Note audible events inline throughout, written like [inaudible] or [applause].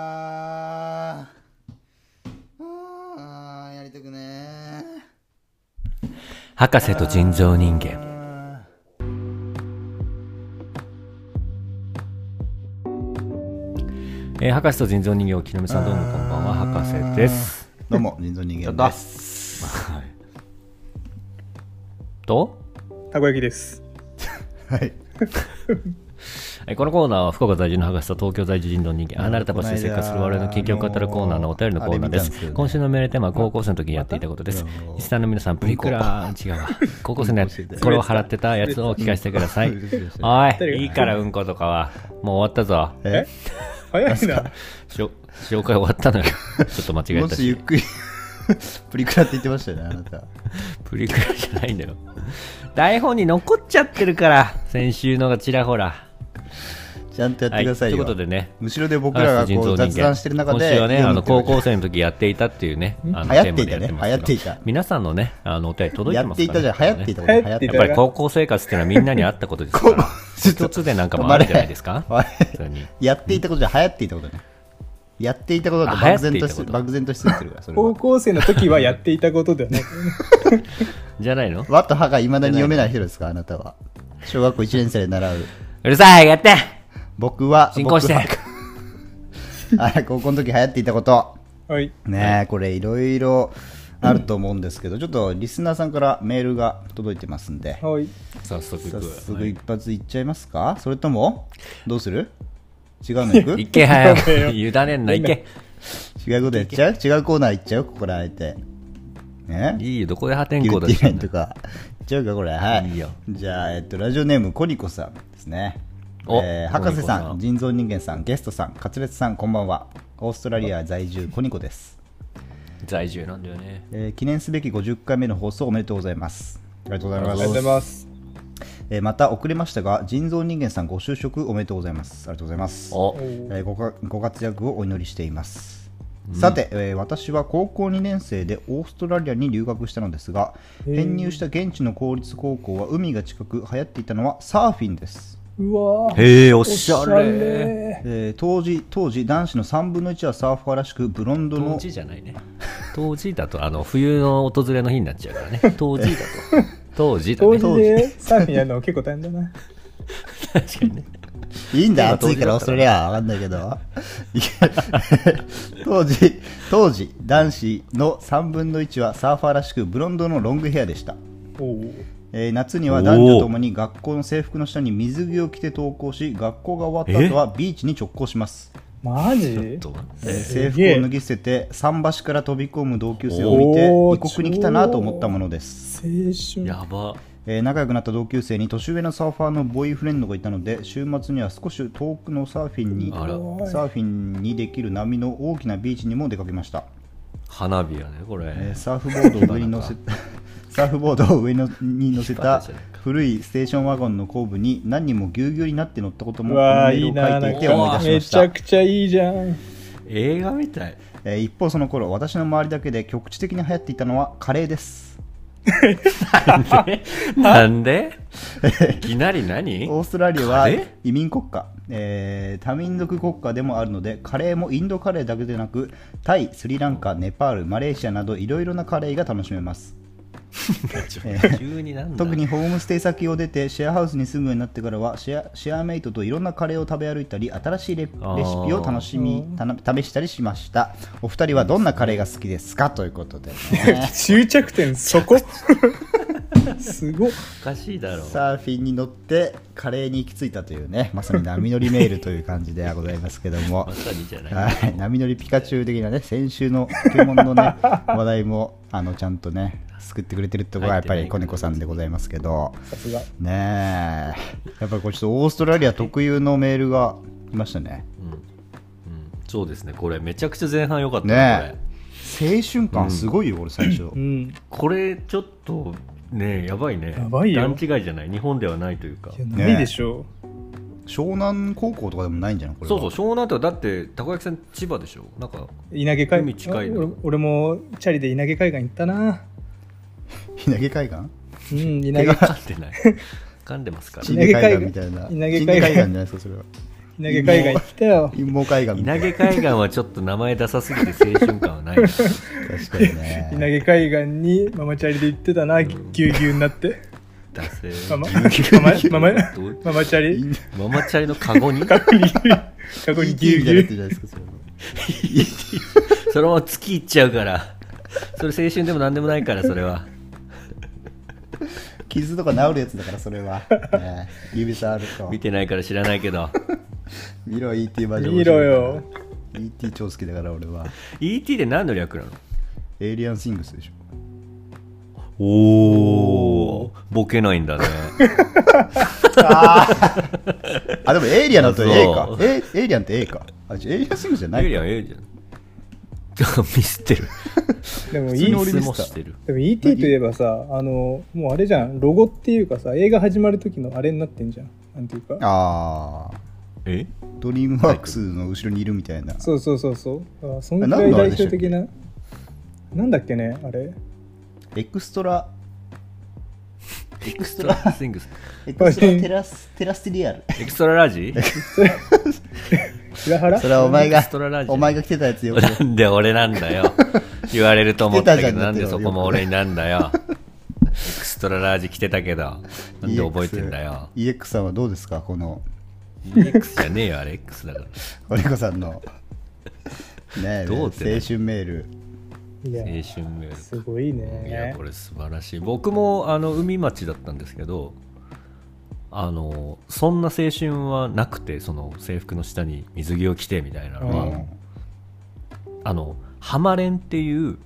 あーあーやりたくね博士と人造人間ーあえー博士と人造人間を木の実さんどうもこんばんは博士ですーどうも人造人間だですと、たこ焼きです。はいえーこのコーナーは福岡在住の博士と東京在住人造人間離れた場所で生活する我々の研究を語るコーナーのお便りのコーナーであれ見たんですすよね今週のメールテーマは高校生の時にやっていたことですうんリスナーの皆さんプリクラ違う [laughs] わ高校生のやつこれを払ってたやつを聞かせてくだ [laughs] さいうんお [laughs] いいいからうんことかはもう終わったぞえ早いな。しょ紹介終わ [laughs] ったのよちょっと間違えもたしゆしっくり [laughs] プリクラって言ってましたよねあなたプリクラじゃないんだよ台本に残っちゃってるから先週のがちらほらちゃんとやってくださいよ、はいということでね後ろで僕らがこう雑談してる中で今週はね、あ読むのっていう高校生の時やっていたっていうね、あの流行っていたねテーマでやますけど流行っていた皆さんのね、あのお便り届いやてまってすいから、たじゃね。ん流行っていたこと流流行行ってっていたいたやっぱり高校生活っていうのはみんなにあったことで [laughs] すから、一つでなんかもあるんじゃないですか、はい普通に。やっていたことじゃ流行っていたことねやっていたことだとあ流行漠っ然ていたとこしとて漠然としてってるからそれ [laughs] 高は校生の時はやっていたことではない。じゃないのわとはがいまだに読めない人ですかあなたは小学校1年生で習ううるさい、やって僕は進行して僕は [laughs] あ高校の時流行っていたことはい。ねえこれいろいろあると思うんですけどちょっとリスナーさんからメールが届いてますんではい。早速早行く。速一発いっちゃいますかそれともどうする違うのいく [laughs] 行け、早く。委ねんな、行け。違うことやっちゃう違うコーナーいっちゃうここらあえてねいいよ、どこで破天ギル荒だティしーラインとか。いっちゃうかこれはいいいよじゃあ、えっと、ラジオネームコニコさんですね、おえー博士さんコニコさん人造人間さんゲストさん勝別さんこんばんはオーストラリア在住コニコです、在住なんだよね。えー記念すべき50回目の放送おめでとうございますありがとうございあまりすがとうございます。えーまた遅れましたが人造人間さんご就職おめでとうございますありがとうございますおお、ーえーごかご活躍をお祈りしています、さて、えー私は高校2年生でオーストラリアに留学したのですがへー編入した現地の公立高校は海が近く流行っていたのはサーフィンです、うわー。へえ、おおしゃれ。。えー当時当時男子の3分の1はサーファーらしくブロンド冬の至じゃ [laughs] ないね冬至だとあの冬の訪れの日になっちゃうからね冬至だと冬至だ当ね時でサーフィンやるの結構大変だな。確かにねいいんだ今当暑い時からオーストラリアは分かんないけどいけ当時当時男子の3分の1はサーファーらしくブロンドのロングヘアでしたおーえー夏には男女ともに学校の制服の下に水着を着て登校し学校が終わった後はビーチに直行します、マちょジっと待っえてー制す服げえを脱ぎ捨てて桟橋から飛び込む同級生を見ておー異国に来たなと思ったものです、青春。やばえー仲良くなった同級生に年上のサーファーのボーイフレンドがいたので週末には少し遠くのサーフィンにあらサーフィンにできる波の大きなビーチにも出かけました花火やねこれ、えーサーフボードを上に乗せサーフボードを上のに乗せた古いステーションワゴンの後部に何人もぎゅうぎゅうになって乗ったこともうこのわメー、ーいいルを書な。いなてんいかて思い出しまめしちゃた、くちゃいいじゃん。、映画みたいえー一方その頃私の周りだけで局地的に流行っていたのはカレーですなんでなんでいきなり何オーストラリアはカレー移民国家、えー多民族国家でもあるのでカレーもインドカレーだけでなくタイスリランカネパールマレーシアなどいろいろなカレーが楽しめますちょ [laughs] 急になんだ特にホームステイ先を出てシェアハウスに住むようになってからはシェアシェアメイトといろんなカレーを食べ歩いたり新しいレレシピあーを楽しみたな試したりしましたお二人はどんなカレーが好きですかということで、ね [laughs] 終着点そこすごっ。おかしいだろうサーフィンに乗ってカレーに行き着いたというねまさに波乗りメールという感じではございますけども [laughs] まさにじゃないはい波乗りピカチュウ的なね先週のポケモンのね話題もあのちゃんとね救ってくれてるところはやっぱりコネコさんでございますけどさすが。ねえやっぱりこれちょっとオーストラリア特有のメールが来ましたねそうですねこれめちゃくちゃ前半良かったねねえ青春感すごいよ、俺最初うん。これこれちょっとねやばいねやばいよ段違いじゃない日本ではないというかいや、ないでしょ湘南高校とかでもないんじゃないこれそうはそう湘南ってだってたこ焼きさん千葉でしょなんか稲毛海海近いなあ俺俺もチャリで稲毛海岸行ったな稲毛海岸うん稲毛噛んでない噛んでますから稲毛海岸みたいな稲毛海岸稲毛海岸じゃないですかそれは投げ海外行ったよ。陰謀海岸みた稲いな毛海岸はちょっと名前ダサすぎて青春感はないな確かに稲ね毛海岸にママチャリで行ってたな、ぎぎゅうぎゅうになって。ダセーマ [laughs] マ、ママ、マどうマママチャリ、 [laughs] ママチャリのカゴに過去に、過去にぎゅうぎゅみたいになってるじゃう。ないですかそれもそのまま月行っちゃうからそれ青春でも何でもないからそれは傷とか治るやつだからそれは、ね、指触ると見てないから知らないけど見ろ ET バージョン見ろよ ET 超好きだから俺は ET で何の略なのエイリアンシングスでしょおおボケないんだねあでもエイリアンだと A かそうエイエイリアンって A かあじゃあエイリアンシングスじゃないエイかリアンエイリアンミスってるでも普い通いに俺ミミスもスったしてるでも ET といえばさ、あの、もうあれじゃん、ロゴっていうかさ、映画始まる時のあれになってんじゃん。なんていうか。ああえドリームワークスの後ろにいるみたいなそうそうそうそう。あそんくあら何いのあれ代でした表っけ的な。なんだっけね、あれ。エクストラエクストラシングスエクストラテラステラステリアルエクストララジ平原それはお前エがクストララジオお前が来てたやつよなんで俺なんだよ。言われると思ったけど、なんでそこも俺になんだよ。エクストララージ着てたけど、なんで覚えてんだよ。 EX さんはどうですかこの EX じゃねえよ、あれ X だから。オレコさんのねえどう青ってね春メールいや青、春メーすごいル。いや、ねこ。れ素晴らしい。僕も、あの、海町だったんですけど、あの、そんな青春はなくて、その制服の下に水着を着てみたいなのは、うんハあの、ハマレンっていう、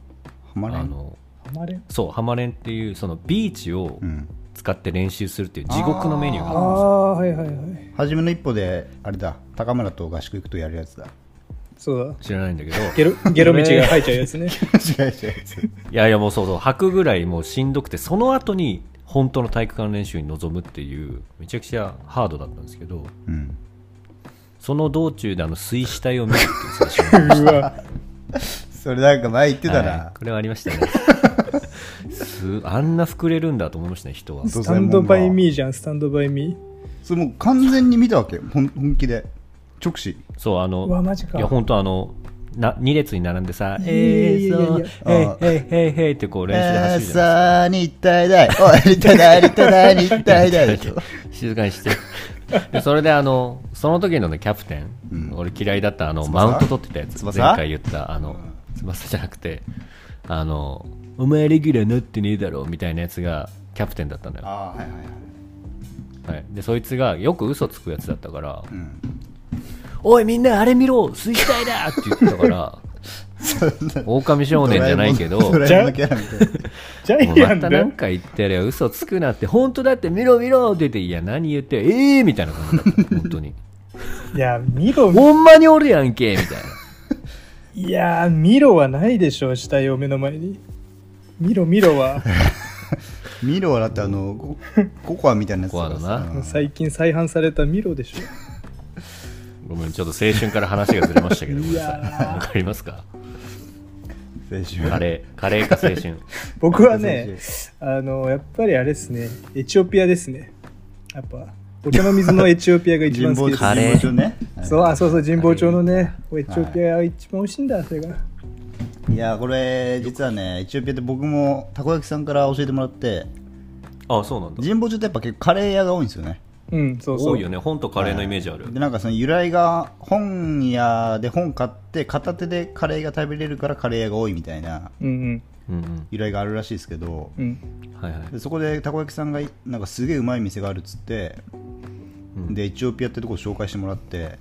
マレあンの、ハマれんそう、ハマレンっていう、そのビーチをうん使って練習するっていう地獄のメニューがああるんですよあ、はいはいはい。初めの一歩であれだ高村と合宿行くとやるやつだ [laughs] そう知らないんだけど、 [laughs] だ。ゲロ、ゲロ道が入っちゃうやつね。違う違う違ういやいやもうそうそう、吐くぐらいもうしんどくて、その後に本当の体育館練習に臨むっていう、めちゃくちゃハードだったんですけど、うんその道中であの水死体を見るっていう最初うわ。それなんか前言って [laughs] たなこれはありましたね。 [laughs] すあんな膨れるんだと思いましたね、人は。ドスサタエモンンだドバイミーじゃん、スタンドバイミー。それもう完全に見たわけほん本気で直視そう、あの、うわマジかいや、本当あの、な2列に並んでさ、いやえいーやいやいやそう、えいえいえいえいってこう練習で走るじゃないさあ日体大おい日体大日体大日体大でしょ静かにしてでそれであのその時のねキャプテン、うん俺嫌いだったあの翼マウント取ってたやつ前翼回言ったあの翼じゃなくてあのお前レギュラーなってねえだろみたいなやつがキャプテンだったんだよ、ああはいはいはいはい、でそいつがよく嘘つくやつだったからうん「おいみんなあれ見ろ水死体だ!」って言ってたからそんな狼少年じゃないけどドラえもんのキャラみたいなジャもうイアまンたなんだ。か言ってやれよ嘘つくなって本当だって見ろ見ろって言っていや何言ってええー、みたいな感じだった本当にいや、見ろ、ほんまにおるやんけみたいないやー、見ろはないでしょ、死体を目の前に。見ろ見ろ [laughs] は、ミロはだってあのコココアみたいなやつだからココアだなうん最近再販された見ろでしょ。ごめん、ちょっと青春から話がずれましたけど、ごめんいなやさい。ーわかりますか青カ春レー、カレーか青春。僕はね、あの、やっぱりあれですね、エチオピアですね。やっぱ、お茶の水のエチオピアが一人番好望き町 [laughs] ですねカレー人望町ねはいそう、あ、そうそう、神保町のね、エチオピアが一番美味しいんだ、それが。いやこれ実はねエチオピアで僕もたこ焼きさんから教えてもらって [laughs] あ、そうなんだ。神保町ってやっぱ結構カレー屋が多いんですよねうん、そうそう。多いよね、本とカレーのイメージある。でなんかその由来が本屋で本買って片手でカレーが食べれるからカレー屋が多いみたいなうんうん由来があるらしいですけどうん。うん。うん。はいはい。でそこでたこ焼きさんがなんかすげえうまい店があるっつってうんでエチオピアってとこ紹介してもらって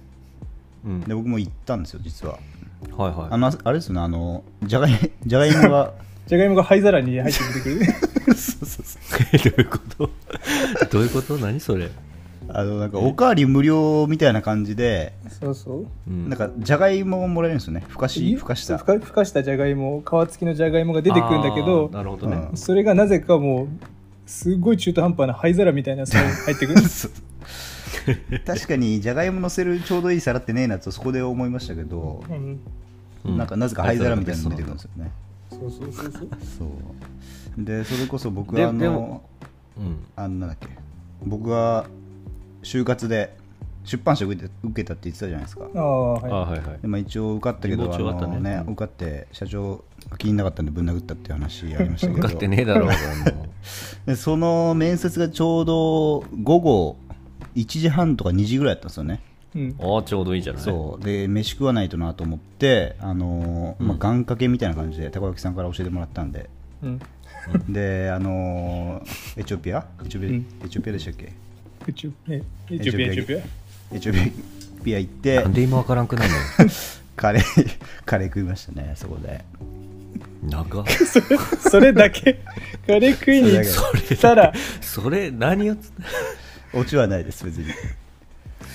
うん。で僕も行ったんですよ実ははいはい。あのあれですよねあのじゃがい [laughs] じゃがいも [laughs] がじゃがいもが灰皿に入って出てくる [laughs] ね。そうそうそう [laughs] どういうことどういうこと何それ。あのなんかおかわり無料みたいな感じでそうそう。うんなんかじゃがいもをもらえるんですよねふかしふかしたふかふかしたじゃがいも、皮付きのじゃがいもが出てくるんだけあーなど、るほどね。うんそれがなぜかもう、すごい中途半端な灰皿みたいなやつに入ってくる。確かにじゃがいものせるちょうどいい皿ってねえなとそこで思いましたけど、うん。うなんかなぜか灰皿みたいなの出てくるんですよねそうそうそうそう。そうでそれこそ僕ではあでのもうん。あのなんだっけ僕は就活で出版社受けて受けたって言ってたじゃないですかああ、はいあ。はいはいでまあ、一応受かったけど、希望値は上がったねあのね受かって社長が気になかったんでぶん殴ったっていう話ありま [laughs] したけど受かってねえだろうがもでその面接がちょうど午後1時半とか2時ぐらいだったんですよね、うん。うああちょうどいいじゃないそうで飯食わないとなと思って、あのーまあ、願掛けみたいな感じでたこ焼きさんから教えてもらったんで、うん。で、あのーエチオピアエチオピア,、うんエチオピアでしたっけエチオピア、エチオピア、エチオピア。エチオピア行ってなんで今わからんくなるカレー [laughs] カレー食いましたねそこでのよ長っそれ、それだけ、カレー食いに行それったら、それ何やつ [laughs] オチはないです別に、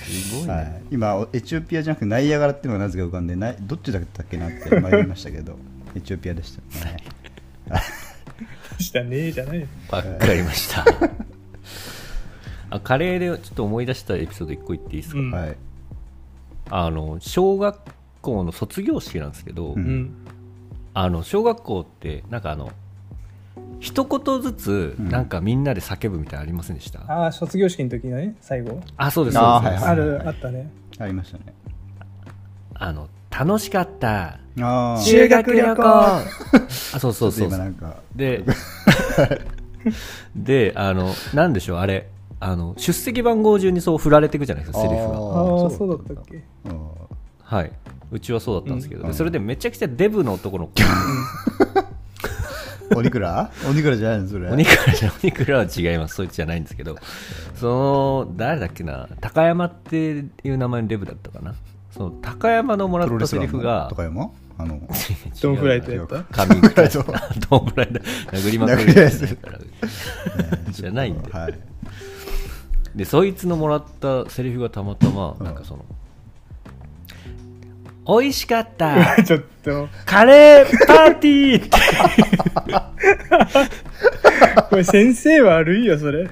すごいね、はい、今エチオピアじゃなくてナイアガラっていうのがなぜか浮かんでないどっちだったっけなって迷いましたけど [laughs] エチオピアでしたねしたねえじゃない。わかりました。あカレーでちょっと思い出したエピソード1個言っていいですか、うんはいあの小学校の卒業式なんですけど、ううん。あの小学校ってなんかあの一言ずつうんなんかみんなで叫ぶみたいなのありませんでした、ああ、卒業式の時のね、最後。あそうですあそーうです、はいあはいる、あったね。ありましたねあの楽しかったああし修学旅行あそうそうそう今なんか [laughs] でであのなんでしょうあれあの出席番号順にそう振られていくじゃないですかセリフがああーあー、そそうだうだっったたっけ。うんはいうちはそうだったんですけど、うんでそれでめちゃくちゃデブの男 [laughs] の子おにくら [laughs] おにくらじゃないのそれおにくらじゃおにくらは違いますそいつじゃないんですけどその誰だっけな高山っていう名前のデブだったかなその高山のもらプロっレたスセラリーフのが高山あ [laughs] のドンフライとトやった髪フラ [laughs] イト [laughs] ドンフライト殴りまく殴り合いるする [laughs] じゃないんではいでそいつのもらったセリフがたまたまなんかその「美味しかった [laughs] ちょっと、カレーパーティー!」ってこれ先生悪いよ、それ。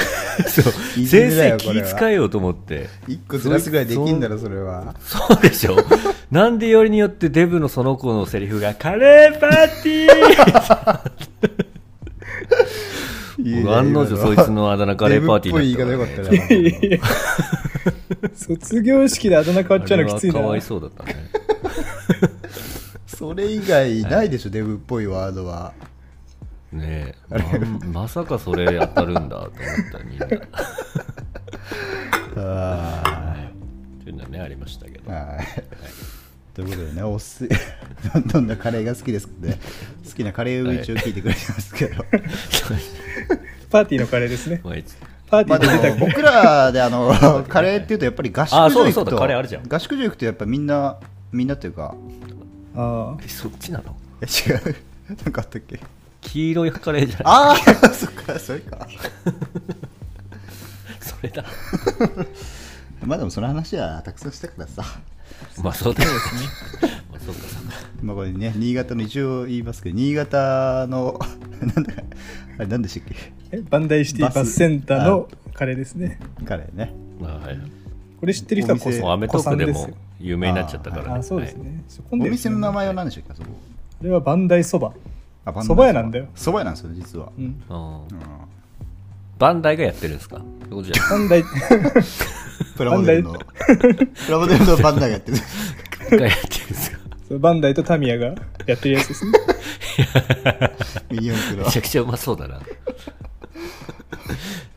[laughs] そう [laughs] 言い先づらいよ生こ気れは遣えようと思って一個ずらすぐらいできんだろそれはそうで [laughs] しょなんでよりによってデブのその子のセリフが「カレーパーティー! [laughs] いいね僕」案の定そいつのあだ名カレーパーティデブっーぽい言い方だよかっったたからねね卒業式であだ名変わっちゃうのきついあれな。はかわいそうだったねそれ以外ないでしょ、デブっぽいワードは。 [laughs] ねえままさかそれ当たるんだと思った [laughs] みんなはというのはねありましたけいどはいということでね、おす [laughs] どんどんなカレーが好きですので、好きなカレーを一応聞いてくれてますけ [laughs] ど、パーティーのカレーですね。まあいつパーテまィあーでで出もたく僕らであのカレーっていうと、やっぱり合宿あ所そうだ行くそうだカレーあるじとゃん、合宿所行くとやっぱみんな、みんなというか、あえそっちなのいや違う、なんかあったっけ黄色いカレーじゃないああ、 [laughs] そっか、それか。それだまあでもその話はたくさんしたからさ。まあそうだよねまあそうかそうかまあこれね、新潟の一応言いますけど、新潟の、 [laughs] なんだ、あれ、なんでしたっけ、あ、バンダイシティバスセンターのカレーですね。カレーね。まあはいこれ知ってる人はこえもうアメトークでも有名になっちゃったからあ、そうですね。お店の名前はこ何でしたっけ、あそこ。れはバンダイそば。あバンダイ蕎麦屋なんだよ蕎麦屋なんですよね、実は。うん。はいうんうんバンダイがやってるんですかそういうことじゃないバ [laughs] ンダイ、プラモデルの、 [laughs] プラモデルのバンダイがやってる。 [laughs] [laughs] がやってるんですかそうバンダイとタミヤがやってるや [laughs] つですね。ミニ四駆のめちゃくちゃうまそう [laughs] だな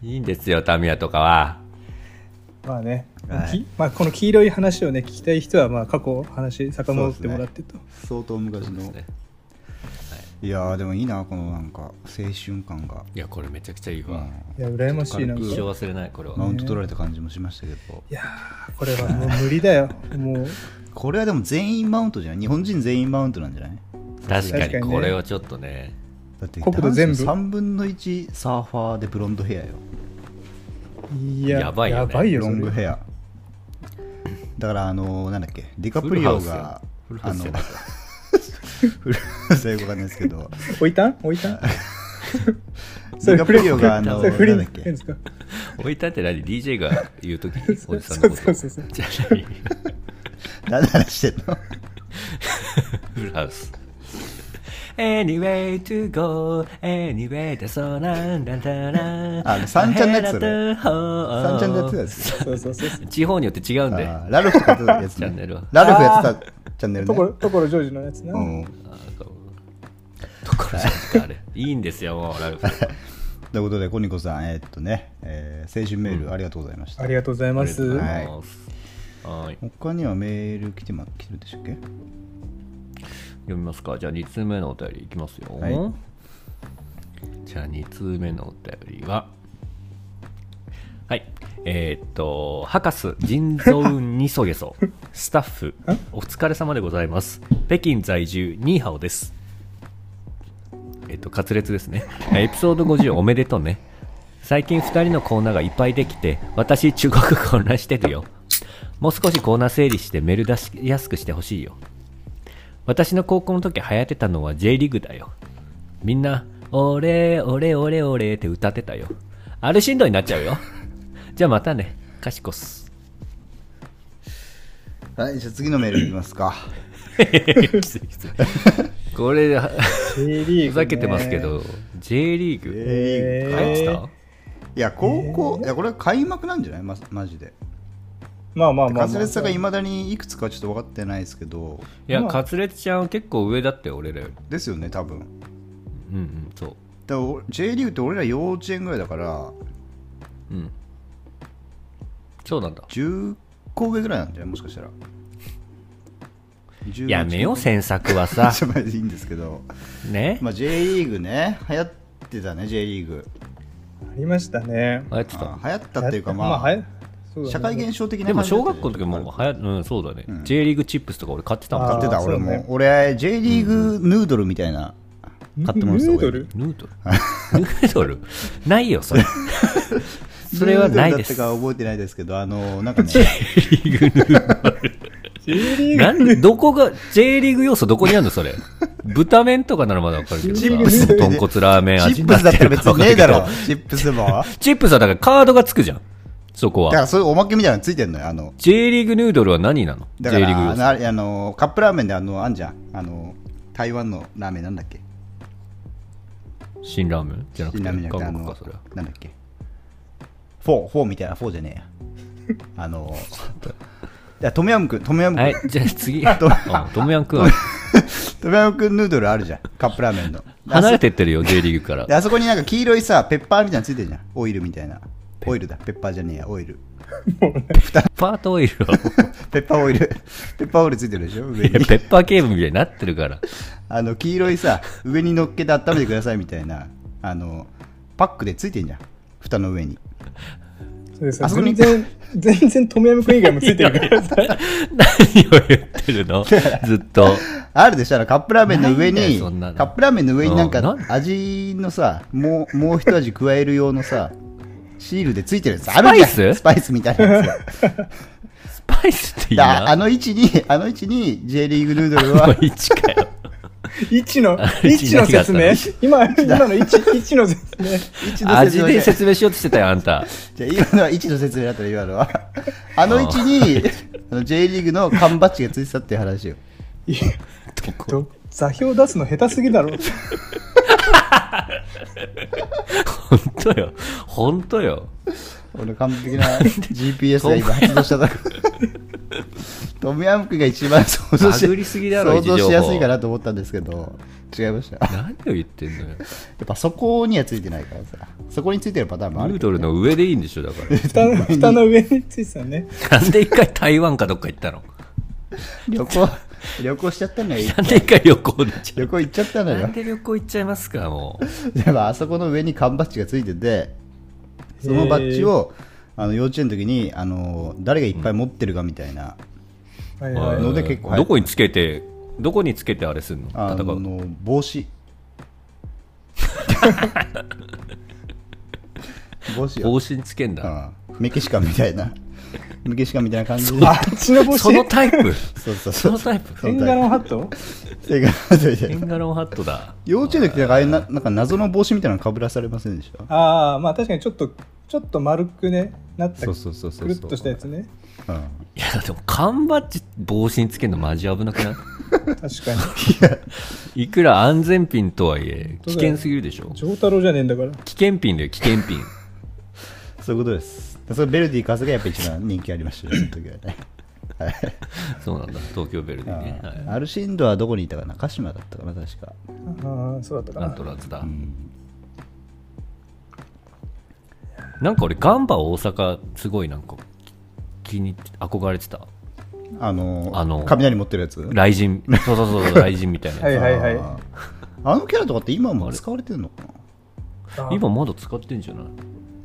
いいんですよタミヤとかはまあね、はいきまあ、この黄色い話をね聞きたい人はまあ過去話遡ってもらってと、相当昔の。ねいやー、でもいいな、このなんか、青春感が。いやこれめちゃくちゃいいわ、うんいや羨ましいなんか一生い忘れないこれは、マウント取られた感じもしましたけど、やーこれはもう無理だよもうこれはでも全員マウントじゃない日本人全員マウントなんじゃない確か確かににねこれはちょっとねだって国土全部3分の1サーファーでブロンドヘアよいややばいよねロそンれグヘアだからあのなんだっけディカプリオがフルハあウスのやなフルハウスはよくわかんないですけど置いたん置いたんディカプリオがあのそれフなリんだっーけなんですか置いたって何 DJ が言うときにおじさんのこそとうそうそうそうじゃない何の話してんのフルハウス Anyway to go Anyway だそうなんだだなあ三ちゃんのやつそれ三三ちゃんでやってたやつ。そうそうそうそう。地方によって違うんであーラルフとかやってたやつチャンネねルは。ラルフやってたチャンネルところ、ね。ところジョージのやつな。うん。あーそうところじゃないですかあれいいんですよもうラルフということで、コニコさん、えーっとね、えー青春メールありがとうございました。ありがとうございます。ありはがいとうございますはい他にはメール来て,、ま、来てるでしたっけ読みますかじゃあ2通目のお便りいきますよ、はいじゃあ2通目のお便りははいえーっと「博士腎臓運にそ [laughs] げそ」スタッフお疲れ様でございます北京在住ニーハオですえっと滑舌で [laughs] すねエピソード50おめでとうね最近2人のコーナーがいっぱいできて私中国語混乱してるよもう少しコーナー整理してメール出しやすくしてほしいよ私の高校の時流行ってたのは J リーグだよみんな「俺俺俺俺」って歌ってたよあれしんどいになっちゃうよ [laughs] じゃあまたねかしこっす [laughs] はい、じゃあ次のメールいきますか。きついきついこれ J リーグねふざけてますけ。ど J リーグえ入ーってえたーいや、高校、いや、これ開幕なんじゃないま、マジで。まあまあまあまあ。カズレーザーがいまだにいくつかちょっと分かってないですけど、いやまあカツレツちゃん結構上だって俺らよりですよね、多分。うんうんそうだからお J リーグって俺ら幼稚園ぐらいだからうんそうなんだ10個上ぐらいなんじゃないもしかしたらやめようせ詮 [laughs] 索はさ [laughs] まあいいんですけど、ねまあ、J リーグね流行ってたね J リーグありましたね。あやってたあ流行ったっていうかまあ、はやそうだね社会現象的なでも感じだ小った学校の時も流行うんそうだね、ん J リーグチップスとか俺買ってたもん買ってあたー俺そうねも俺 J リーグヌードルみたいな買ってもらってたヌ俺ードルヌードルヌードルないよそれそれはないですヌードルだったか覚えてないですけどあのなんか [laughs] ね J リーグヌードル J リーグなんでどこが J リーグ要素どこにあるのそれ豚麺とかならまだわかるけどチさップスで豚骨ラーメン味チにップなっスだってたらる別かにわかねんないえけだどろチップスもチップスはだからカードがつくじゃんそこだかはらそういうおまけみたいなのついてんのよあの J リーグヌードルは何なのだか J リら、あのーグ要素あれあのカップラーメンであの、あんじゃん。あの、台湾のラーメンなんだっけ新ラーメンじゃなく辛てラーメンじゃなくて、あ韓国のかそれは、なんだっけフォー、フォーみたいな、フォーじゃねえや。あの、 [laughs] いや、トムヤムクン、トムヤムクン、はいじゃあ次うんトムヤンくんトムヤムクンヌードルあるじゃん。カップラーメン [laughs] の。離れててってるよ J リーグからであそこになんか黄色いさ、ペッパーみたいなのついてるじゃん。オイルみたいな。オイルだ。ペッパーじゃねえや、オイル。パートオイルをペッパーオイル。 [laughs] ペッパーオイルついてるでしょ上ペに。ッパーケーブみたいになってるからあの、黄色いさ、上に乗っけて温めてくださいみたいな、あの、パックでついてんじゃん。蓋の上に。そうですあそこに全然、全然トムヤムクン以外もついてるからさ。 [laughs] 何を言ってる [laughs] のずっとあるでしょあのカップラーメンの上ないんだによそんなのカップラーメンの上になんうんなかん味のさもうもう一味加える用のさシールでついてるやつあるじゃんスパイススパイスみたいなやつ [laughs] がスパイスっていいだからあなの位置にあの位置に J リーグヌードルもはう一かよ一のあ、一の説明一今、今の一、一の説明。 [laughs] 一の味説明でじゃ説明しようとしてたよあんたじゃあ今のは1の説明だったら今のはあの位置にあの J リーグの缶バッジがついてたっていう話よいやど座標出すの下手すぎだろ。本当よ本当よ俺完璧な GPS が今発動しただろ [laughs] トムヤムクンが一番想像し殴りすぎだろ想像位置情報しやすいかなと思ったんですけど違いました [laughs] や何を言ってんのよっぱそこにはついてないからさそこについてるパターンもあヌーるドルの上でいいんでしょだか [laughs] 蓋の、蓋の上についてたね。らなんで一回台湾かどっか行ったの旅行旅行しちゃったのよなんで一回旅行でちゃ旅行行っちゃったのな [laughs] よんで旅行行っちゃいますかもでもあそこの上に缶バッジがついててそのバッジをあの幼稚園の時にあの誰がいっぱい持ってるかみたいな、はいうはい。ので結構どこにつけてどこにつけてあれすんのあ戦うのの帽 [laughs] 子帽子よ帽子につけんだ [laughs] うんメキシカンみたいな抜けしかみたいな感じで。あっちの帽その子タイプ [laughs] そうそうそそう。のタイプそテンガロンハット正解そうテそうンガロンハットだ幼稚園の時なんかあれな、なんか謎の帽子みたいなのかぶらされませんでしたああ、まあ確かにちょっと、ちょっと丸くね、なった、そうくそうそうそう。るっとしたやつね。うん。いいやでも缶バッジ帽子につけるのマジ危なくない [laughs] 確かに。や、いくら安全ピンとはいえ危そうだよ険すぎるでしょ丈太郎じゃねえんだから。危険ピンだよ危険 [laughs] ピンそういうことです。それベルディ風がやっぱ一番人気ありま [laughs] したよ、その時はね。はい。そうなんだ東京ベルディね、うんはアルシンドはどこにいたかな鹿島だったかな、確か。ああ、そうだったい、アかンなト。ラーズだ、うん。なんか俺ガンバ大阪すごいなんか気に憧れてたあの、あの雷持ってるやつ雷神そうそうそうそ [laughs] う雷神みたいなやつ、はいはいはいあーあのキャラとかって今も使われてるのかなあ今まだ使ってんじゃない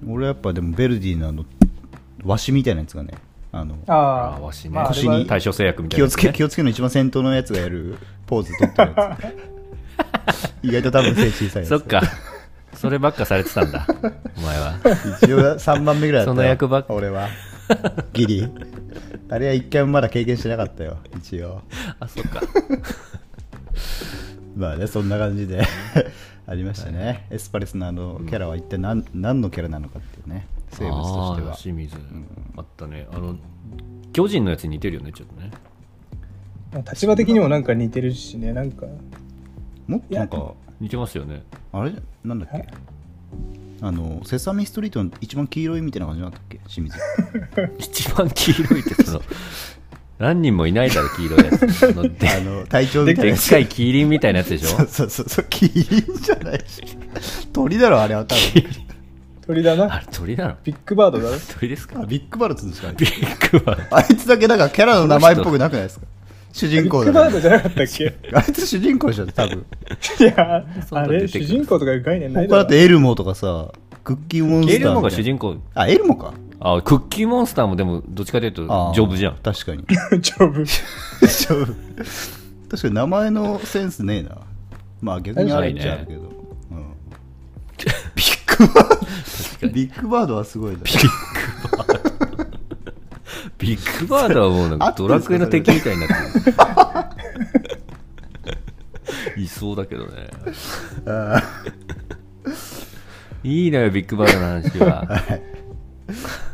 俺やっぱでもベルディのあの和紙みたいなやつがねあのあああ、わしねまあ、あれ腰はに対象製薬みたい気なをやつつね、け気をつけの一番先頭のやつがやるポーズ取ってるや [laughs] つ意外と多分背小さいやつそっかそればっかされてたんだお前は一応3番目ぐらいだったよその役ばっか俺はギリあれは一回もまだ経験してなかったよ一応あそっかまあねそんな感じ [laughs] でありましたね、エスパレスのあのキャラは一体何,、何のキャラなのかっていうね生物としてあはー清水、あったねあの巨人のやつに似てるよねちょっとね立場的にもなんか似てるしね、なんか。もっとなんか似てますよねあれなんだっけえあのセサミストリートの一番黄色いみたいな感じなかったっけ清水一番黄色いってその [laughs] 何人もいないだろ黄色いやつ [laughs] あのであの体調みたいなでやっつかいキリンみたいなやつでしょそうそうそうキリンじゃないし鳥だろあれは多分鳥だあな。れ鳥だろビッグバードだろ。鳥ですかあビッグバルツですかあいつビッグはあいつだけなんかキャラの名前っぽくなくないですか主ビ人公ッだグバーけドじゃなかったっけあいつ主人公でしょ多 [laughs] 分いや、そんなあの出れ、てく主る人公とかいう概念ない他だだってろ。エルモとかさクッキーモンスターエルモが主公人公あエルモかあクッキーモンスターもでもどっちかというとあー丈夫じゃん確かに [laughs] 丈夫。丈夫確かに名前のセンスねえなまあ逆にあるっちゃあるけど、うん、ビッグバードビッグバードはすごいだビッグバードはもうなんかドラクエの敵みたいになってるいそうだけどねいいのよビッグバードの話は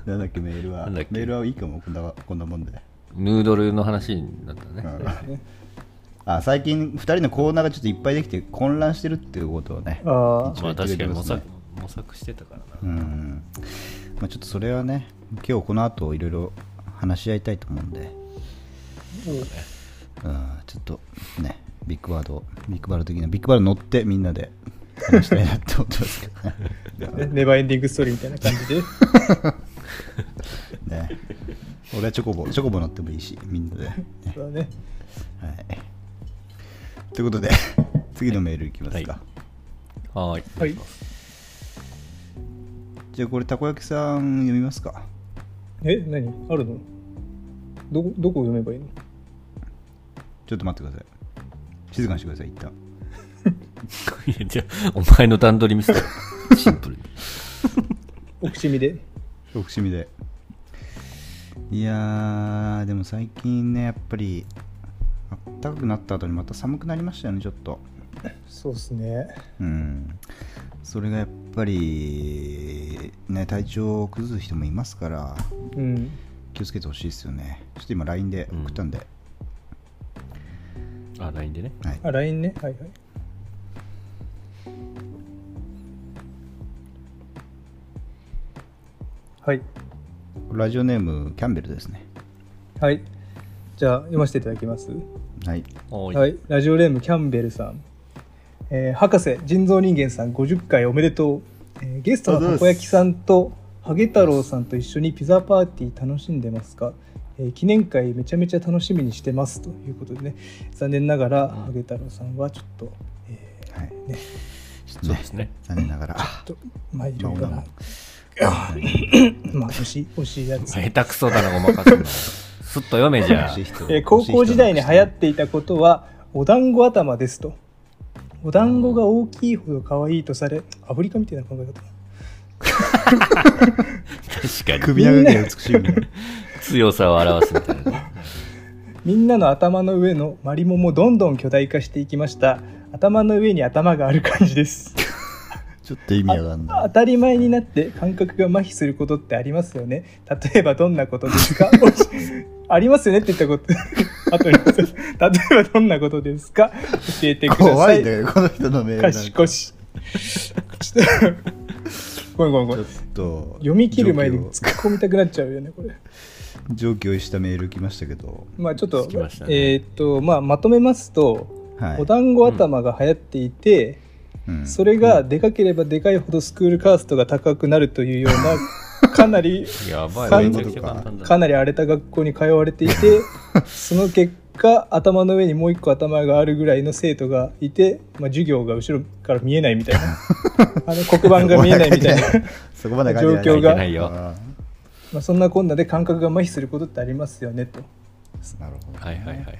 なんだっけメールはなんだメっけールはいいかもこんなこんなもんで、ヌードルの話になったねあ最近2人のコーナーがちょっといっぱいできて混乱してるっていうことをねあまあ確かに模そう言っ索て模索してたからなうん、まあ、ちょっとそれはね今日この後いろいろ話し合いたいと思うんで、うん、ちょっとねビッグバードをビッグバード的なビッグバード乗ってみんなで話したいなって思ってますけどねあ、ねネバーエンディングストーリーみたいな感じで。 [laughs] ね俺はチョコボチョコボ乗ってもいいしみんなで、はい、そうだね。ということで次のメールいきますか、ははーいはい。じゃあこれたこ焼きさん読みますかえ、何あるのどこ、どこ読めばいいのちょっと待ってください静かにしてください一旦いやじゃあお前の段取りミスだよシンプルにお口見で。極しみでいやーでも最近ねやっぱりあったかくなった後にまた寒くなりましたよねちょっとそうっすね。うんそれがやっぱりね体調を崩す人もいますからうん。気をつけてほしいですよねちょっと今 LINE で送ったんで、あ LINE でねはいあ、LINE ね。はいはい。はい。ラジオネームキャンベルですねはい。じゃあ、読ませていただきます。はいははい。ラジオネーム、キャンベルさん。えー博士、人造人間さん、50回おめでとう。えーゲストのたこ焼きさんと、ハゲ太郎さんと一緒にピザパーティー楽しんでますか、えー記念会めちゃめちゃ楽しみにしてますということでね、残念ながら、ハゲ太郎さんはちょっと、えはい、ねそうですね残念ながらーとまあ、いろいろまあな、まあ、惜しい、惜しいやつ。下手くそだなごまかすの [laughs] すっと読めじゃあ欲しい人えー高校時代に流行っていたことはお団子頭ですとお団子が大きいほど可愛いとされアフリカみたいな考え方確かに首長が美 [laughs] しいみたいな。強さを表すみたいなね、みんなの頭の上のマリモもどんどん巨大化していきました頭の上に頭がある感じですちょっと意味わかん当ない。たり前になって感覚が麻痺することってありますよね例えばどんなことですか [laughs] ありますよねって言ったこと後に例えばどんなことですか教えてください怖いんだけど、この人のメールなんか。賢し [laughs] ちょっとごめんごめちんごめょっんと読み切る前に上突っ込みたくなっちゃうよねこれ上記をしたメール来ましたけど、まあちょっと、つきましたねえーっとまあまとめますと、はいお団子頭が流行っていて、うんそれがでかければでかいほどスクールカーストが高くなるというようなかなりやばそういいめうちこゃとくちゃ簡単だかなり荒れた学校に通われてい [laughs] てその結果頭の上にもう一個頭があるぐらいの生徒がいて、まあ、授業が後ろから見えないみたい [laughs] なあの黒板が見えないみたいなそこまで書いてない状況が書いてないよあまあそんなこんなで感覚が麻痺することってありますよねとーなるほど。はいはいはいはい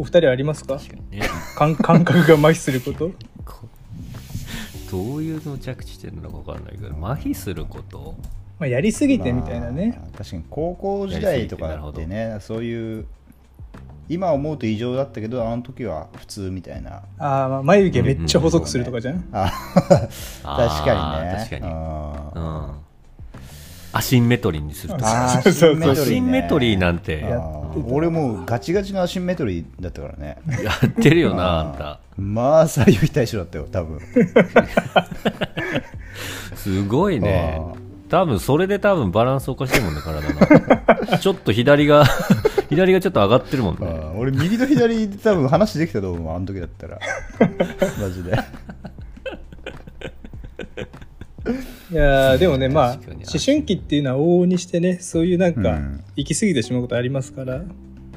お二人はありますか確かにね感 [laughs] 感覚が麻痺することこどういうの着地点なのか分かんないけど麻痺することまあ、やりすぎてみたいなね、まあ確かに高校時代とかってね、そういう、今思うと異常だったけど、あの時は普通みたいな。あーまあ眉毛めっちゃ細くするとかじゃん、あ確かにねあ。ー確かにあうーんアシンメトリーにするとかあそうそうーアシンメトリーなんんてあー俺もうガチガチのアシンメトリーだったからね。やってるよなあんたまあ、採用非対称だったよ、多分。すごいねあ。多分それで多分バランスおかしいもんね、体 [laughs] の。ちょっと左が、 [laughs] 左がちょっと上がってるもんあね。ー俺右と左で多分話できたと思うあの時だった [laughs] らマジでいやーでもねまあ思確かに春期っていうのは往々にしてねそういうなんかうん行き過ぎてしまうことありますから、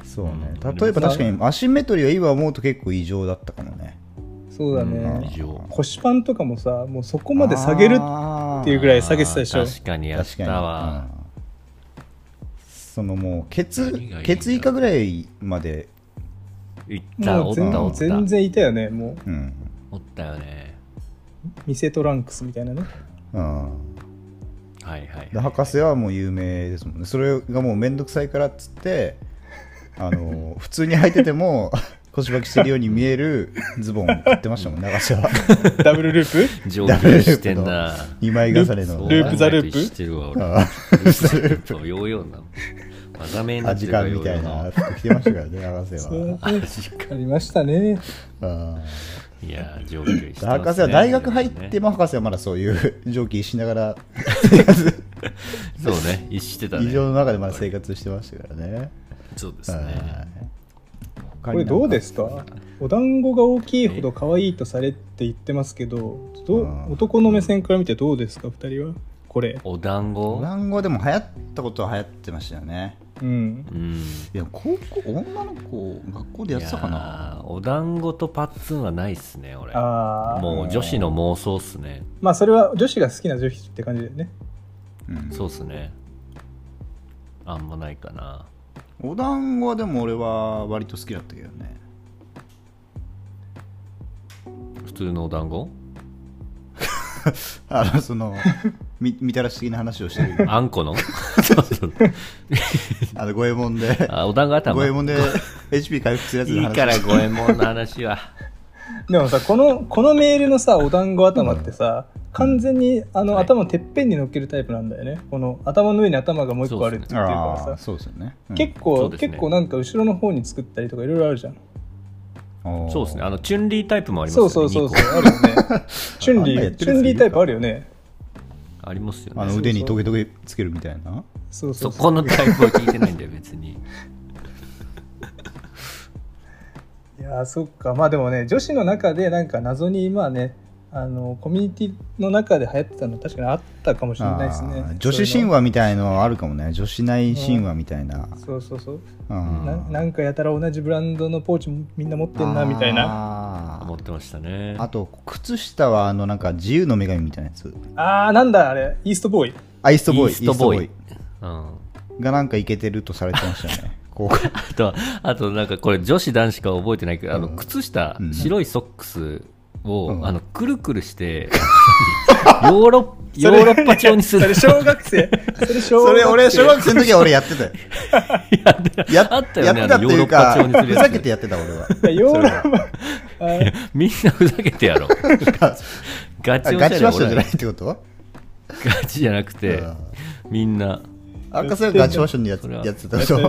そうねうん例えば確かにアシンメトリーは今思うと結構異常だったかもねそうだね、うん異常。腰パンとかもさもうそこまで下げるっていうぐらい下げてたでしょあー確かにやっ確かに、たわ。うんそのもうケツ何がいいんだケツ以下ぐらいまで、いった、もおうっ全た、おった。全然いたよねもうんおったよね。うミセトランクスみたいなねうん、はいはいで。博士はもう有名ですもんねそれがもう面倒くさいからっつ [laughs] ってあの普通に履いてても腰履きしてるように見えるズボン買ってましたもん [laughs] 長瀬はダブルループ上級してんな。 2枚重ねそのうループザループワンナイトしてるわ、俺。あループヨーヨーな。技名にーなアってジるわカンみたい。ヨーなヨ服着てましたからね長瀬そうはーのアジカンありましたねあいやー、上級してますーね。博士は大学入っても博士はまだそういう [laughs] 上記しながら生活そうね、一致してたね。異常の中でまだ生活してましたからねそうですね。ここれどうですかお団子が大きいほど可愛いとされって言ってますけどどううん男の目線から見てどうですか2人はこれお団お子団子でも流行ったことは流行ってましたよねうんうん。いや高校女の子学校でやってたかないやーお団子とパッツンはないっすね、俺。ああもう女子の妄想っすね。まあそれは女子が好きな女子って感じだよね。うんそうっすね。あんまないかな。お団子はでも俺は割と好きだったけどね普通のお団子あのそ [laughs] のみみたらし的な話をして [laughs] るあんこのそうそうあの五右衛門であお団子五頭。右衛い門で HP 回復するやつの話いから五右衛門の [laughs] 話は。でもさ、この、このメールのさ、お団子頭ってさ、完全にあの、はい頭のてっぺんに乗っけるタイプなんだよね。この頭の上に頭がもう一個あるって言ってるかあらーさ。そうですよね、うん結そ構、うですね結構なんか後ろの方に作ったりとかいろいろあるじゃん。おーそうっすね。あの、チュンリータイプもありますよそうね。そうそう二そう、ある [laughs] よね。チュンリあんなやっー、てチるやつュンリータイプあるよね。個ありますよあね。の腕にトゲトゲつけるみたいなそうそそうそう。このタイプは聞いてないんだよ、別に。いやー、そっか。まあでもね、女子の中でなんか謎に今ね、あのコミュニティの中で流行ってたの確かにあったかもしれないですねあー。女子神話みたいのあるかもね女子内神話みたいな、そういうの。そうそうそう。うんななんかやたら同じブランドのポーチもみんな持ってんなみたいなな思ってましたね。あと靴下はあのなんか自由の女神みたいなやつあーなんだあれイーストボーイアイストボーイイーストボーイイうん。がなんかイケてるとされてました [laughs] ねこうあと、あとなんかこれ女子男子か覚えてないけど、あの、うん靴下う、ん白いソックスを、うんあの、くるくるして、 [laughs] ヨーロッヨーロッパ調にする。それ小学生。それ小そ学生。れ俺、小学生の時は俺やってたよ。やってや [laughs] あったよね、やってたあってのヨーいロうッパか、調にするふやざつけてやってた俺は。いやヨーロッパ。あいやみんなふざけ [laughs] てやろう。ガあチガチファッションじゃないガってことチじゃなくてうん、みんな。赤瀬がガチファッションでやそれはやってたでしょ。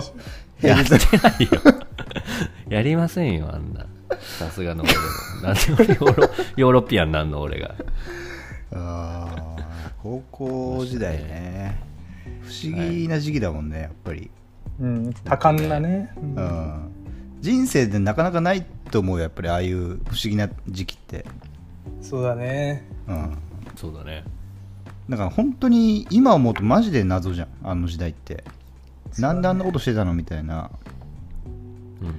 いややってないよ。やりませんよ、あんな。さすがの俺でも。なんで俺ヨーロヨーロピアンなんの俺が。 [laughs] あー高校時代ね。不思議な時期だもんね、やっぱり。うん、多感なね。うんうん人生でなかなかないと思うよやっぱりああいう不思議な時期って。そうだね。うんそうだね。だから本当に今思うとマジで謎じゃんあの時代って、なんであんなことしてたのみたいなうん。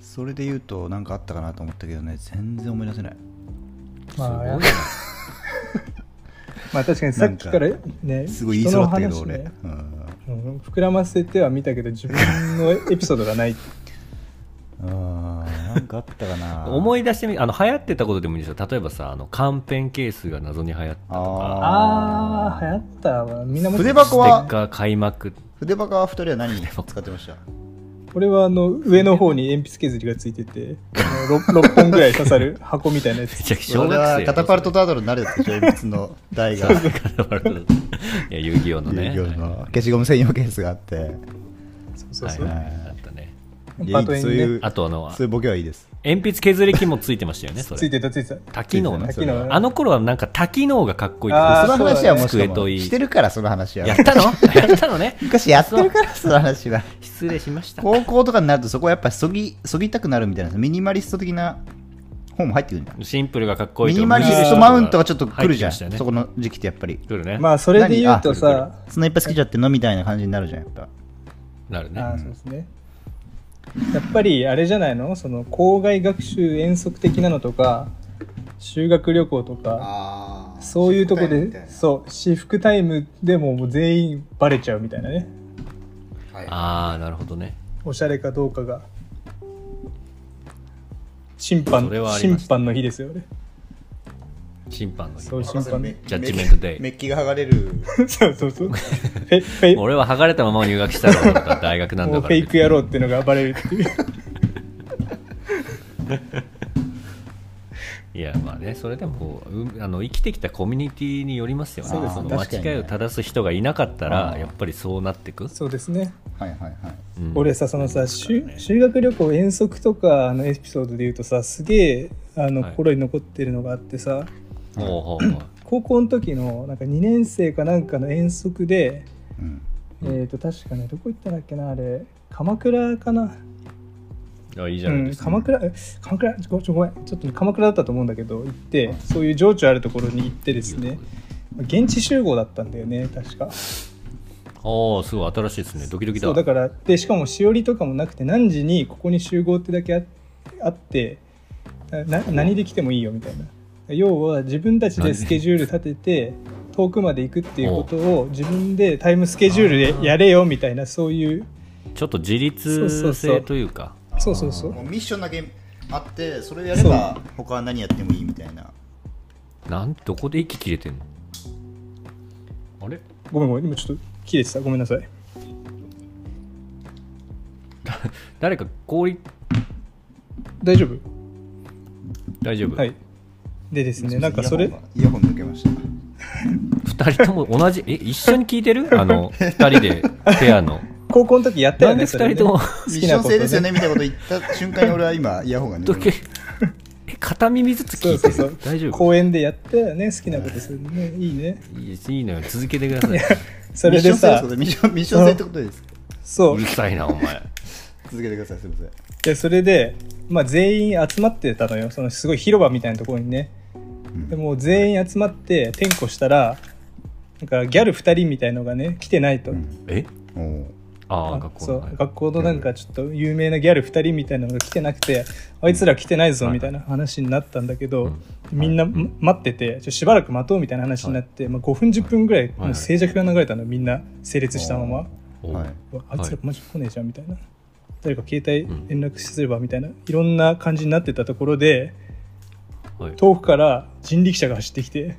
それで言うと何かあったかなと思ったけどね全然思い出せないまあすごいな [laughs] まあ確かにさっきからね、すごい言いそうだったけど人の俺、話ねうんうん膨らませては見たけど自分のエピソードが [laughs] ないあーなんかあったかな思いい出してみあの流行ってたことでもいいですよ例えばさあのカンペンケースが謎に流行ったとかああ流行ったわみんなも筆箱ステッはカー買いまくっ筆箱は2人は何使ってました俺はあの上の方に鉛筆削りがついててあの 6, 本ぐらい刺さる箱みたいなやつめちゃくちゃ小学俺は生カタパルトタートルになるやつでしょ鉛筆の台がカタパルト [laughs] いや遊戯王のね遊戯王はいの消しゴム専用ケースがあってそうそうそう、はいはいはいあったねいパやートそうにいねうあとあのそういうボケはいいです鉛筆削り器もついてましたよねそついれてたついてた多機能ついてねた機能あの頃はなんか多機能がかっこいいってあそーの話はもうしそうだかもね机といいしてるからその話はやったの [laughs] やったのね昔やってるからその話は失礼しました高校とかになるとそこはやっぱそぎそぎたくなるみたいなミニマリスト的な本も入ってくるんじゃんシンプルがかっこいミいとニマリストマウントがちょっと来るじゃん、入ってましたそよねこの時期ってやっぱり来るねまあそれで言うとさそんないっぱい好きちゃってのみたいな感じになるじゃんやっぱなるねあーそうですねやっぱりあれじゃないのその校外学習遠足的なのとか修学旅行とかあそういうとこでそう私服タイムでももう全員バレちゃうみたいなねああなるほどねおしゃれかどうかが審判それはあり審ました判の日ですよね審判の日そう審判の日ジャッジメントデイメッキが剥がれる [laughs] そうそうそうフェフェも俺は剥がれたまま入学したろうが大学なんうだフからェイク野郎っていうのがバレるっていう [laughs] いやまあねそれでもこううあの生きてきたコミュニティによりますよねそうですねの確かにね間違いを正す人がいなかったあらーやっぱりそうなってく、そうですねはいはいはいうん俺さそのさ修修学旅行遠足とかのエピソードで言うとさすげえあのはい心に残ってるのがあってさ、おうおうおう高校の時のなんか2年生かなんかの遠足で、うんえっ、と確かねどこ行ったんだっけなあれ鎌倉かな、いやいいじうゃないん、ですか、鎌倉え鎌倉ちょちょごめんちょっとね鎌倉だったと思うんだけど行ってそういう情緒あるところに行ってですね現地集合だったんだよね確かおおすごい新しいですねドキドキだそうだからでしかもしおりとかもなくて何時にここに集合ってだけああってな何で来てもいいよみたいな要は自分たちでスケジュール立てて遠くまで行くっていうことを自分でタイムスケジュールでやれよみたいなそういうちょっと自そうそう立そう性というかそうそうそうもうミッションだけあってそれをやれば他は何やってもいいみたいななんどこで息切れてんのあれごめんごめん今ちょっと切れてたごめんなさい誰か氷大丈夫大丈夫、はいでですねなんかそれイヤホン抜けました二人とも同じえ一緒に聞いて [laughs] るあの二人でペアの高校の時やったよなんねでそれ二ね人とも好ミッシきョなンこ制でとすよねねみたいなこと言った瞬間に俺は [laughs] 今イヤホンが抜時計けえ片耳ずつ聞いてそるうそうそう大丈夫公園でやったよね好きなことするのねいいねいいいいのよ続けてくださいそれでさミッション制ですよねミッションミッション制ってことですそううるさいなお前続けてくださいすみませんでそれで、まあ、全員集まってたのよそのすごい広場みたいなところにね、んでもう全員集まって点呼したらなんかギャル2人みたいのがね来てないと、んえおうあああ学校そのうはい学校のなんかちょっと有名なギャル2人みたいなのが来てなくてあいつら来てないぞはいみたいな話になったんだけど、うんみんなま待っててちょしばらく待とうみたいな話になって、まあ、5分10分ぐらいもう静寂が流れたのみんな整列したまま。おうはい、うわあいつはらいマジ来ねえじゃんみたいな、誰か携帯連絡すればみたいな、いろんな感じになってたところではい遠くから人力車が走ってきて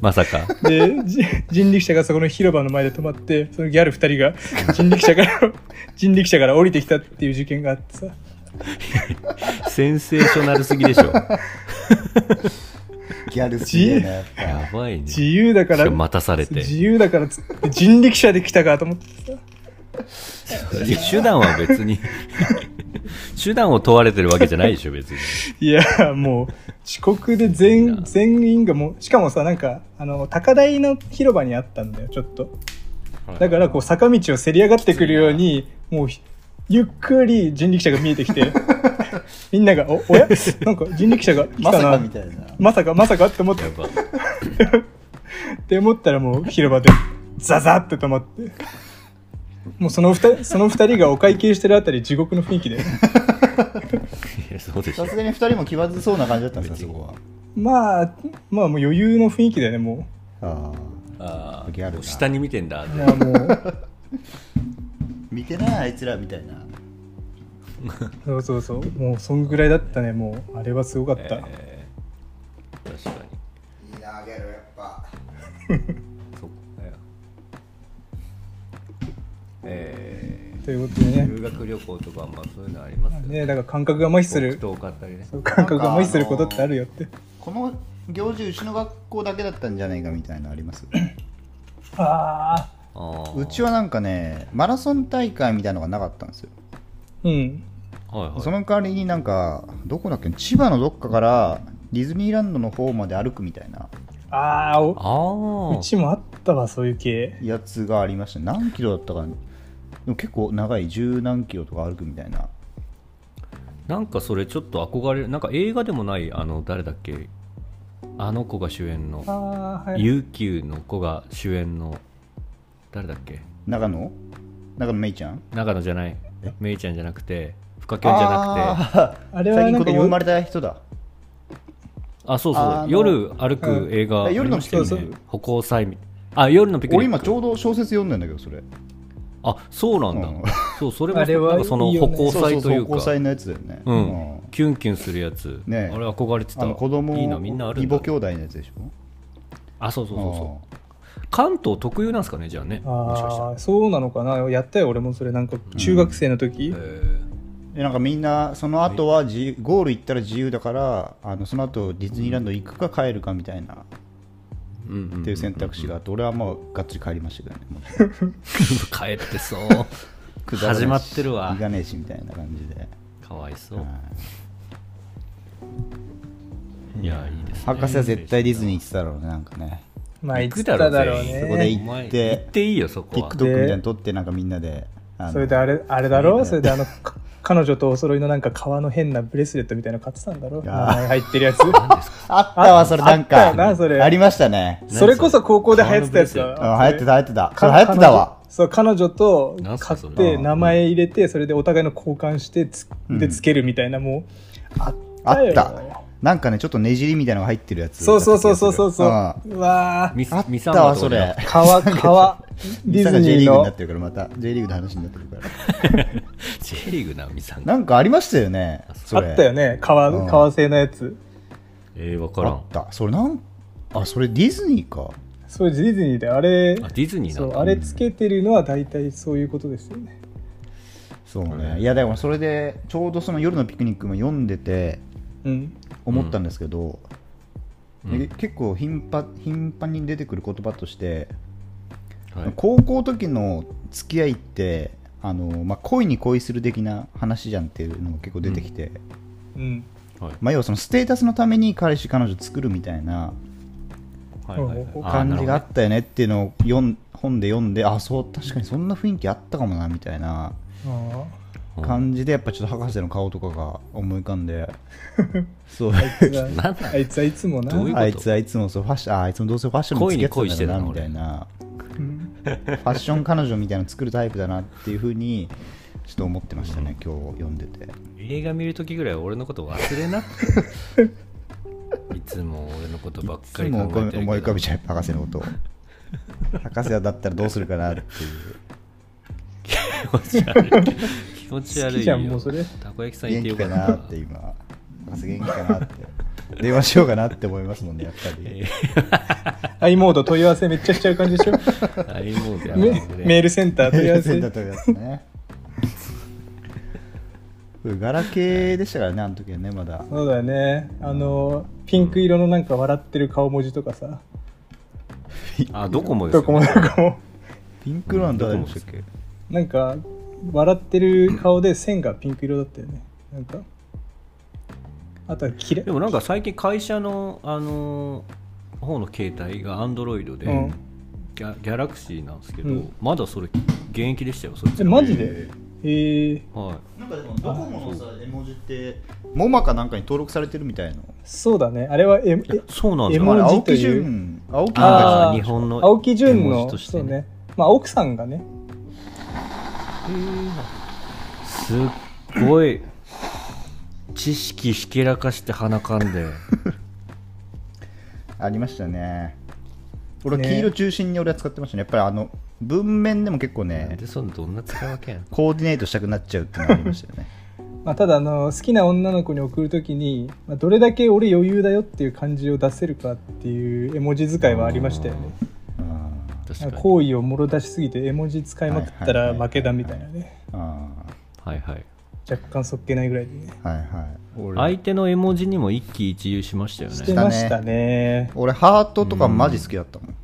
まさか。で [laughs] じ人力車がそこの広場の前で止まってそのギャル2人が人力車から [laughs] 人力車から降りてきたっていう事件があってさセンセーショナルすぎでしょ。ギャルすぎやな、やっやばいね。自由だかしらかも待たされて。自由だからっつって人力車で来たかと思ってさいや手段は別に [laughs] 手段を問われてるわけじゃないでしょ別にいやもう遅刻で全全員がもうしかもさなんかあの高台の広場にあったんだよちょっとだからこう坂道をせり上がってくるようにもうひゆっくり人力車が見えてき [laughs] てみんなが「おおやなんか人力車が来またさかなみたいな。まさかまさか」って思ってやばって思ったらもう広場でザザって止まってもうその二人その二人がお会計してるあたり地獄の雰囲気でいやそうでしょさすがに2人も気まずそうな感じだったんですか、そこまあまあもう余裕の雰囲気だよねもは。あああ、ギャルあだ下に見てん [laughs] だうまあもう見てない、あいつらみたいな。そうそうそうもうそんぐらいだったねもうあれはすごかった、えー確かにいいな、ギャル、やっぱ。そっかよえということでー、ね修学旅行とかまあそういうのありますよねねだから感覚が麻痺する遠かったりねそう感覚が麻痺することってあるよってこの行事、うちの学校だけだったんじゃないかみたいなのありますあああーうちはなんかね、マラソン大会みたいなのがなかったんですよ。うんはいはいその代わりになんか、どこだっけ、千葉のどっかからディズニーランドの方まで歩くみたいなああおあうちもあったわそういう系やつがありました。何キロだったかな。でも結構長い、十何キロとか歩くみたいな。あなんかそれちょっと憧れるなんか映画でもないあの誰だっけあの子が主演のああはい悠久の子が主演の誰だっけ長野長野めいちゃん長野じゃないめいちゃんじゃなくてフカキョンじゃなくてなくてあれは最な近子んか供生まよれた人だあそうあそうの夜歩く映画うん夜のありましたよねそうそう歩行祭みあ夜のピク俺ニッ今クちょうど小説読んでんだけどそれあそうなんだ、うんそうそれもあれはなんかそのいいよ歩ね行祭という高か祭のやつだよねううんん、キュンキュンするやつ、ねえあれ憧れてたあの子供いいなみんなある異んだ母兄弟のやつでしょあそうそうそうそうんう関東特有なんですかねじゃあねもしかしたらああそうなのかなやったよ俺もそれなんか中学生の時、えでなんかみんなその後は自由ゴール行ったら自由だからあのその後ディズニーランド行くか帰るかみたいなーうんうんっていう選択肢があって俺はまあがっつり帰りましたけどねもう帰って [laughs] そうくだらないし始まってるわ行かねえしみたいな感じでかわいそう、はいいやいいですね博士は絶対ディズニー行ってたろうねなんかねまあ行行くってだたろだろう全員ねそこで行お前って行っていいよそこは TikTok みたいなの撮ってなんかみんなであのそれであれあれだろそれであのか彼女とお揃いのなんか革の変なブレスレットみたいなの買ってたんだろ名あー前入ってるやつあったわ、それなんか。あったよなそれありましたね。うんそれこそ高校で流行ってたやつ革流だ行ってた、流行ってた。そかれ流行ってたわ彼。女そう彼女となんすか買そっれて名前入れてそれでお互いの交換してつでつけるみたいなもうあっあたっよた。なんかね、ちょっとねじりみたいなのが入ってるやつ。そうそうそうそうそうそううんあうわーミスミったサンバわ、とかそじゃなれくて。革革デミィサズが J ニリーグーになのってるから、また J リーグの話になってるから。 J リーグなミサンなんかありましたよね。そあれったよね革ん革製のやつえー、分かあらっんた。それなん、あ、それディズニーか。それディズニーであれあディズニーそなんうだあれつけてるのは大体そういうことですよねそうね。いや、でもそれで、ちょうどその夜のピクニックも読んでて、うん思ったんですけど、うんで結構頻繁頻繁に出てくる言葉として、はい高校時の付き合いってあの、まあ、恋に恋する的な話じゃんっていうのが結構出てきて、うんはいまあ、要はそのステータスのために彼氏彼女作るみたいなはいはいはいあー感なるじほがあどねったよねっていうのを読ん本で読んであそう確かにそんな雰囲気あったかもなみたいな [laughs] あ感じでやっぱちょっと博士の顔とかが思い浮かん [laughs] でそうあなんだあいつはいつもなどういうことあいつあいつもそうファッションああいつもどうせファッションに付き合ってたんだろうなみ恋たいに恋してるなうんファッション彼女みたいなの作るタイプだなっていうふうにちょっと思ってましたね、今日読んでて。映画見るときぐらい俺のこと忘れないつも俺のことばっかり考もえうてるけど思い浮かべちゃう博士のことを博士だったらどうするかなっていう気持ち好悪きいじゃよんもうそれたこ焼きさんい元て気よかかっなたって今博士元気かなって電話しようかなって思いますもんね、やっぱり。 i モード問い合わせめっちゃしちゃう感じでしょ [laughs] あれもうやばいメですメねールセンター問い合わ [laughs] せ。センターというやつね。これガラケーでしたからね、あの時はね、まだ。そうだよね。あの、ピンク色のなんか笑ってる顔文字とかさ。あドコモですどよこもねどこも。ピンクロン誰でしたっけなんか、笑ってる顔で線がピンク色だったよね。なんか。あとはきれでもなんか最近会社のあのー方の携帯がアンドロイドで、うんギャギャラクシーなんですけど、うんまだそれ現役でしたよそいつえ、らマジでえー、はいなんかでもドコモのさ絵文字ってモマかなんかに登録されてるみたいのそうだね。あれは、え、えそうなんで絵すあよ文れ字青木という純青木純あがあー日本の青木純絵文の、字としそてうねね。まあ、奥さんがね、すっごい知識ひけらかして鼻かんでありましたね俺ね黄色中心に俺は使ってましたねやっぱりあの文面でも結構なんねでそんなどんな使い分けやんコーディネートしたくなっちゃうっていうのがありましたよ [laughs] ねまあ、ただあの好きな女の子に送るときに、まあ、どれだけ俺余裕だよっていう感じを出せるかっていう絵文字使いはありましたよねあ確なんかかに好意をもろ出しすぎて絵文字使いまくったはいらはいはいはい負けだみたいなねーあはいはい若干そっけないぐらいでねーはいはい俺相手の絵文字にも一喜一憂しましたよしてねましたね俺ハートとかマジ好きだったもん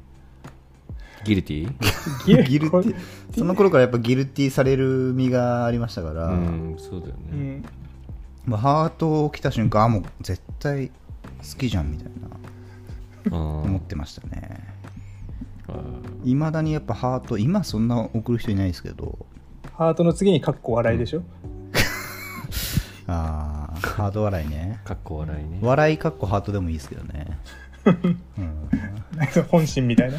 ギルティ [laughs] ギルティこれその頃からやっぱギルティされる身がありましたから、うんそうだようね、んもうハートを来た瞬間あもう絶対好きじゃんみたいなうん思ってましたねあーいまだにやっぱハート今そんな送る人いないですけどハートの次にカッコ笑いでしょ、あーハート笑いねかっこ笑いね。笑いかっこハートでもいいですけどねなんか本心みたいな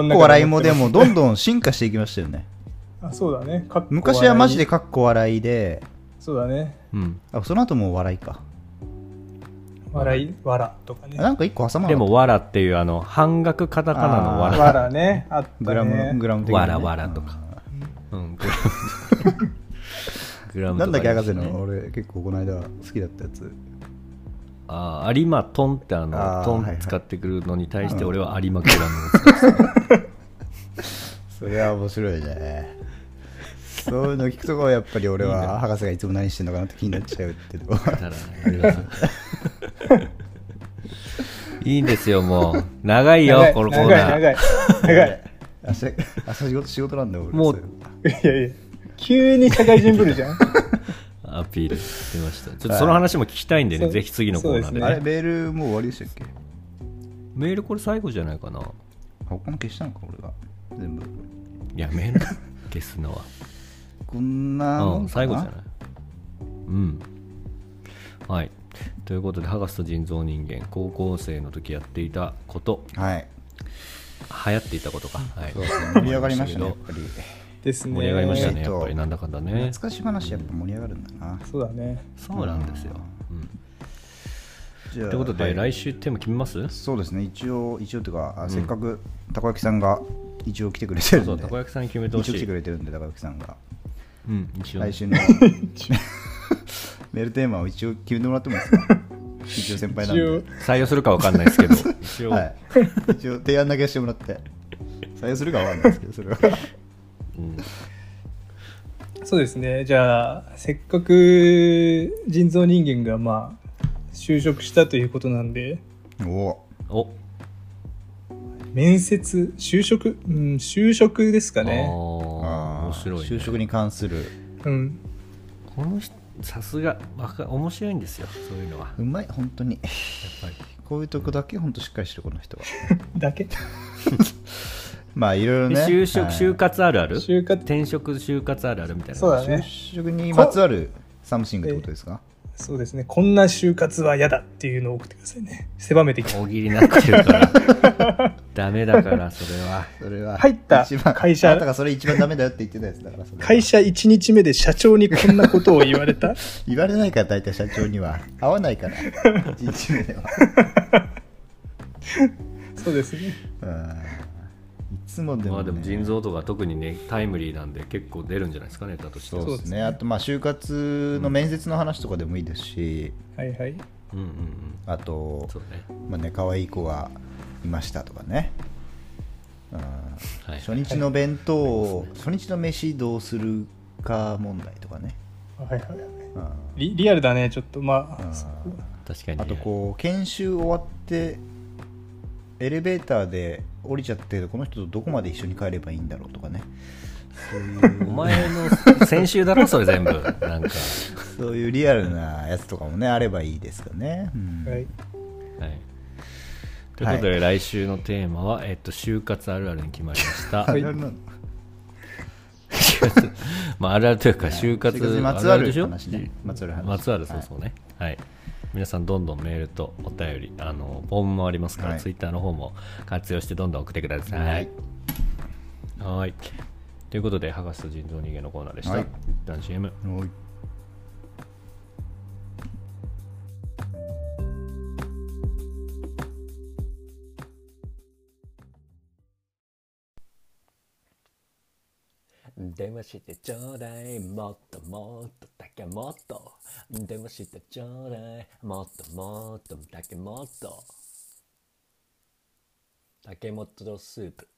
[laughs] かっのこ中笑いもで思っもどんどん進化していきましたよねてますあそうだねかっこ笑い昔はマジでかっこ笑いでそうだねうん。あその後もう笑いか笑い笑とかねあなんか一個挟まなでかっも、わらっていう、あの、半額カタカナのわら。笑ねあったたグラムのねグラム的わなねらわらとか。うん、グラム。グラうんムなとんかだっけ博です士ねの俺結構この間好きだったやつああ、有馬トンってあの、あートはいはンい使ってくるのに対して、俺は有馬グラムを使ってそれは面白いねそういうの聞くとこはやっぱり俺は博士がいつも何してんのかなって気になっちゃうっていうとこ [laughs] たら、ありがとう [laughs] いいんですよ、もう。長いよ長、いこのコーナ長い長ー。い長い明日明日仕事仕事なんだよ俺もうそういやいや、急に社会人ぶる [laughs] じゃん。アピールしてました。ちょっとその話も聞きたいんでね、はいぜひ次のコーナーでそあうね。れメールもう終わりでしたっけメールこれ最後じゃないかな。他の消したのか俺が全部いや、メール消すのは。こんなもうんん、か最後じゃないうんはいということで「博士と人造人間」高校生の時やっていたことはい流行っていたことか、はい、そうですね盛り上がりましたねやっぱりですね。盛り上がりましたねえーやとっぱりなんだかんだね懐かし話やっぱ盛り上がるんだなそうだね。そうなんですよ、うん、じゃあということで、はい来週テーマ決めますそうですね一応一応というかあせっかくたこ焼きさんが一応来てくれてるんそうでたこ焼きさんに決めて一応来ほしいてくれてるんでたこ焼きさんがうん一応ね来 [laughs] 週のメールテーマを一応決めてもらってもいいですか一応先輩なん一応で、採用するかわかんないですけど一 [laughs] 応、はい、一応提案だけしてもらって採用するかは分かんないですけどそれはうんそうですね。じゃあ、せっかく人造人間が、まあ、就職したということなんで、おお [laughs] お面接、就職、うん、就職ですかあーね。面白い、ね、就職に関するうん。この人さすがわか面白いんですよそういうのはやっうまい本当にぱりこういうとこだけ本当しっかりしてるこの人はだけまあいろいろでね就職、はい就活あるある就活転職就活あるあるみたいなそうだ就ね。職にまつわるサムシングってことですかそうですね。こんな就活は嫌だっていうのを送ってくださいね。狭めていき大喜利になってるから [laughs] ダメだからそれはそれは入った一番会社あなたがそれ一番ダメだよって言ってたやつだからそれは会社1日目で社長にこんなことを言われた言われないから大体社長には合わないから一日目では [laughs] そうですね。うんいつもでも、ね、まあでも腎臓とか特にねタイムリーなんで結構出るんじゃないですかネタとしてそうはですねあとまあ就活の面接の話とかでもいいですし、はいはい。うんうんうんあと、そうねまあね可愛い子がいましたとかね、うんはい初日の弁当を、初日の飯どうするか問題とかね、はいはいはいうんリリアルだねちょっとまあ、うんそ確かにねあとこう研修終わってエレベーターで降りちゃってこの人とどこまで一緒に帰ればいいんだろうとかねそう [laughs] いおう前の先週だろそれ [laughs] 全部なんかそういうリアルなやつとかもねあればいいですかね、うんはい、はい。ということで、来週のテーマは、えっと、就活あるあるに決まりました。あれなの就活 [laughs] まあ、あるあるというか、就活就活にまつわる話ねまつわる話まつわる、そうそうね。はい。皆さん、どんどんメールとお便り、あの、フォームもありますから、はいツイッターの方も活用して、どんどん送ってください。はいはい。ということで、博士と人造人間のコーナーでした。はい一旦 CM。おい電話してちょうだいもっともっとだけもっと電話してちょうだいもっともっとだけもっと竹本スープ